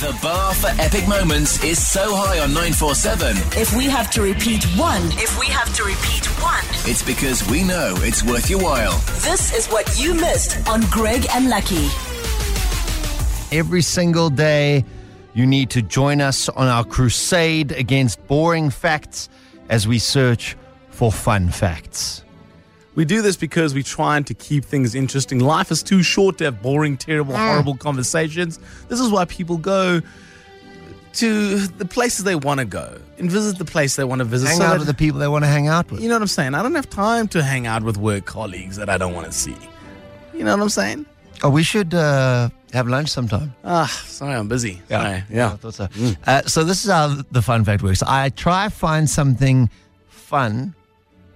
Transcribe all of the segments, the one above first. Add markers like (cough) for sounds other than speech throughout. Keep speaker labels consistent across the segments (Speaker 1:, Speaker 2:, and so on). Speaker 1: The bar for epic moments is so high on 947,
Speaker 2: If we have to repeat one,
Speaker 3: If we have to repeat one,
Speaker 1: it's because we know it's worth your while.
Speaker 2: this is what you missed on Greg and Lucky.
Speaker 4: every single day. You need to join us on our crusade against boring facts as we search for fun facts.
Speaker 5: We do this because we try to keep things interesting. Life is too short to have boring, terrible,
Speaker 4: Mm.
Speaker 5: horrible conversations. This is why people go to the places they want to go and visit the place they want to visit.
Speaker 4: Hang
Speaker 5: so
Speaker 4: out
Speaker 5: that-
Speaker 4: with the people they want to hang out with.
Speaker 5: you know what I'm saying? I don't have time to hang out with work colleagues that I don't want to see. You know what I'm saying?
Speaker 4: Oh, we should uh, have lunch sometime.
Speaker 5: Ah, sorry, I'm busy.
Speaker 4: I
Speaker 5: Sorry. yeah.
Speaker 4: thought so. Uh, so this is how the fun fact works. I try find something fun,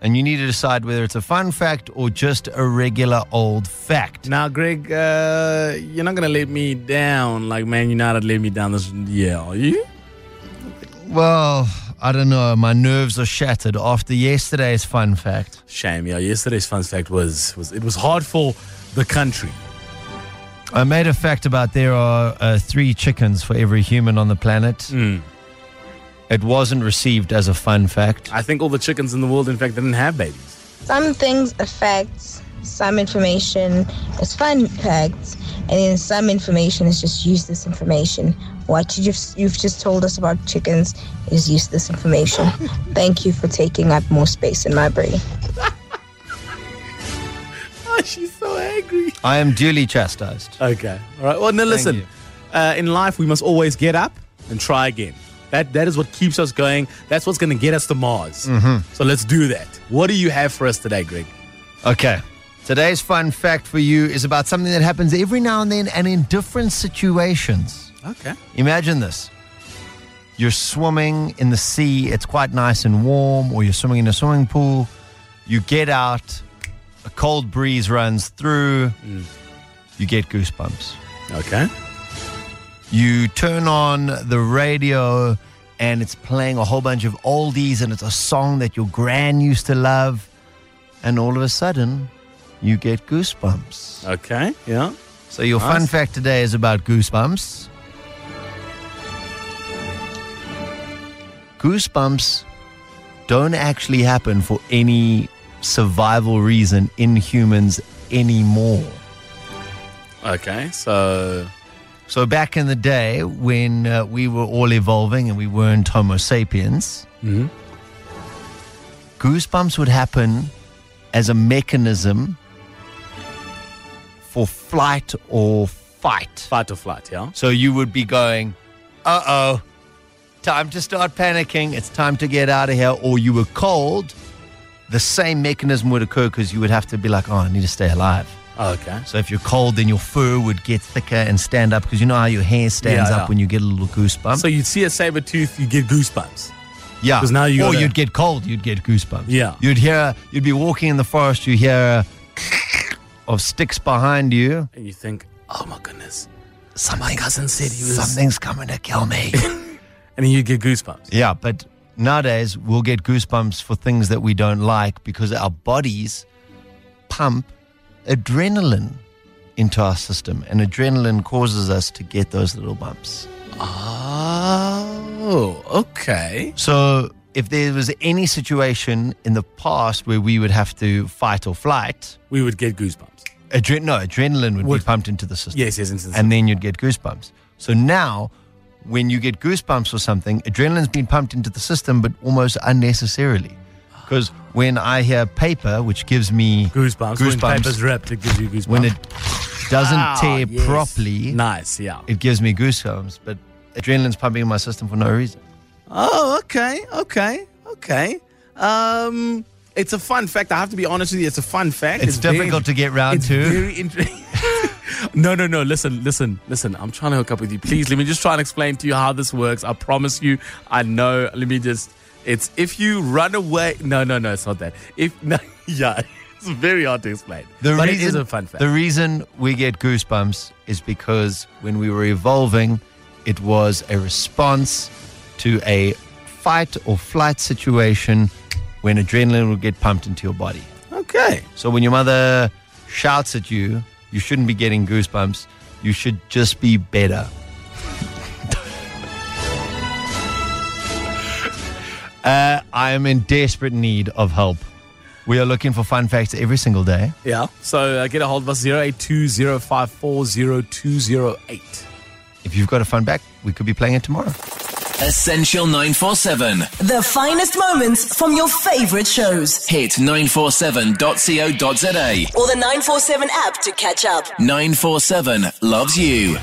Speaker 4: and you need to decide whether it's a fun fact or just a regular old fact.
Speaker 5: Now, Greg, uh, you're not gonna let me down like Man United let me down this year, are you?
Speaker 4: Well, I don't know. My nerves are shattered after yesterday's fun fact.
Speaker 5: Shame. Yeah. Yesterday's fun fact was was it was hard for the country.
Speaker 4: I made a fact about there are uh, three chickens for every human on the planet. It wasn't received as a fun fact.
Speaker 5: I think all the chickens in the world, in fact, didn't have babies.
Speaker 6: Some things are facts, some information is fun facts, and then some information is just useless information. What you've, you've just told us about chickens is useless information. Thank you for taking up more space in my brain.
Speaker 5: Oh, she's so angry.
Speaker 4: I am duly chastised.
Speaker 5: Okay. All right. Well, now listen.
Speaker 4: you.
Speaker 5: Uh, in life, we must always get up and try again. That that is what keeps us going. That's what's going to get us to Mars. So let's do that. What do you have for us today, Greg?
Speaker 4: Okay. Today's fun fact for you is about something that happens every now and then and in different situations.
Speaker 5: Okay.
Speaker 4: Imagine this. You're swimming in the sea, it's quite nice and warm, or you're swimming in a swimming pool. You get out, a cold breeze runs through, you get goosebumps.
Speaker 5: Okay.
Speaker 4: You turn on the radio and it's playing a whole bunch of oldies, and it's a song that your gran used to love, and all of a sudden, you get goosebumps.
Speaker 5: Okay. Yeah.
Speaker 4: So your fun
Speaker 5: Nice.
Speaker 4: fact today is about goosebumps. Goosebumps don't actually happen for any survival reason in humans anymore.
Speaker 5: Okay. So
Speaker 4: So back in the day when uh, we were all evolving and we weren't Homo sapiens, goosebumps would happen as a mechanism for flight or fight.
Speaker 5: fight or flight. Yeah.
Speaker 4: So you would be going, uh oh, time to start panicking. It's time to get out of here. Or you were cold. The same mechanism would occur because you would have to be like, oh, I need to stay alive.
Speaker 5: Okay.
Speaker 4: So if you're cold, then your fur would get thicker and stand up because you know how your hair stands
Speaker 5: Yeah,
Speaker 4: up
Speaker 5: yeah.
Speaker 4: when you get a little goosebump.
Speaker 5: So you'd see a saber tooth, you get goosebumps.
Speaker 4: yeah,
Speaker 5: 'cause now you
Speaker 4: or
Speaker 5: gotta-
Speaker 4: you'd get cold, you'd get goosebumps.
Speaker 5: Yeah.
Speaker 4: you'd hear, you'd be walking in the forest, you hear a (laughs) of sticks behind you.
Speaker 5: And you think, oh my goodness.
Speaker 4: Something,
Speaker 5: cousin said he was-
Speaker 4: something's coming to kill
Speaker 5: (laughs)
Speaker 4: me.
Speaker 5: And then you get goosebumps.
Speaker 4: Yeah, but nowadays we'll get goosebumps for things that we don't like because our bodies pump adrenaline into our system, and adrenaline causes us to get those little bumps.
Speaker 5: Oh, okay.
Speaker 4: So, if there was any situation in the past where we would have to fight or flight,
Speaker 5: We would get goosebumps.
Speaker 4: adre- no, adrenaline would,
Speaker 5: Would-
Speaker 4: be pumped into the system.
Speaker 5: Yes, yes, instance.
Speaker 4: and then you'd get goosebumps. So now, when you get goosebumps or something, adrenaline's been pumped into the system, but almost unnecessarily. Because when I hear paper, which gives me
Speaker 5: goosebumps. When paper's
Speaker 4: goosebumps,
Speaker 5: ripped, it gives you goosebumps.
Speaker 4: when, it doesn't
Speaker 5: Ah,
Speaker 4: tear
Speaker 5: yes.
Speaker 4: properly,
Speaker 5: Nice, yeah.
Speaker 4: it gives me goosebumps. But adrenaline's pumping in my system for no reason.
Speaker 5: Oh, okay, okay, okay. Um, it's a fun fact. I have to be honest with you. It's a fun fact.
Speaker 4: It's, difficult to get round
Speaker 5: it's
Speaker 4: to.
Speaker 5: very (laughs) interesting. no, no, no. Listen, listen, listen. I'm trying to hook up with you. Please let me just try and explain to you how this works. I promise you. I know. Let me just. It's if you run away. No, no, no. It's not that. If (laughs) no, yeah. It's very hard to explain.
Speaker 4: The
Speaker 5: but
Speaker 4: reason,
Speaker 5: it is a fun fact.
Speaker 4: The reason we get goosebumps is because when we were evolving, it was a response to a fight or flight situation when adrenaline would get pumped into your body.
Speaker 5: okay.
Speaker 4: So when your mother shouts at you, you shouldn't be getting goosebumps. You should just be better. Uh, I am in desperate need of help. We are looking for fun facts every single day.
Speaker 5: Yeah. So uh, get a hold of us 0820540208.
Speaker 4: If you've got a fun fact, we could be playing it tomorrow.
Speaker 1: Essential 947.
Speaker 2: The finest moments from your favorite shows.
Speaker 1: Hit 947.co.za.
Speaker 2: Or the 947 app to catch up.
Speaker 1: 947 loves you.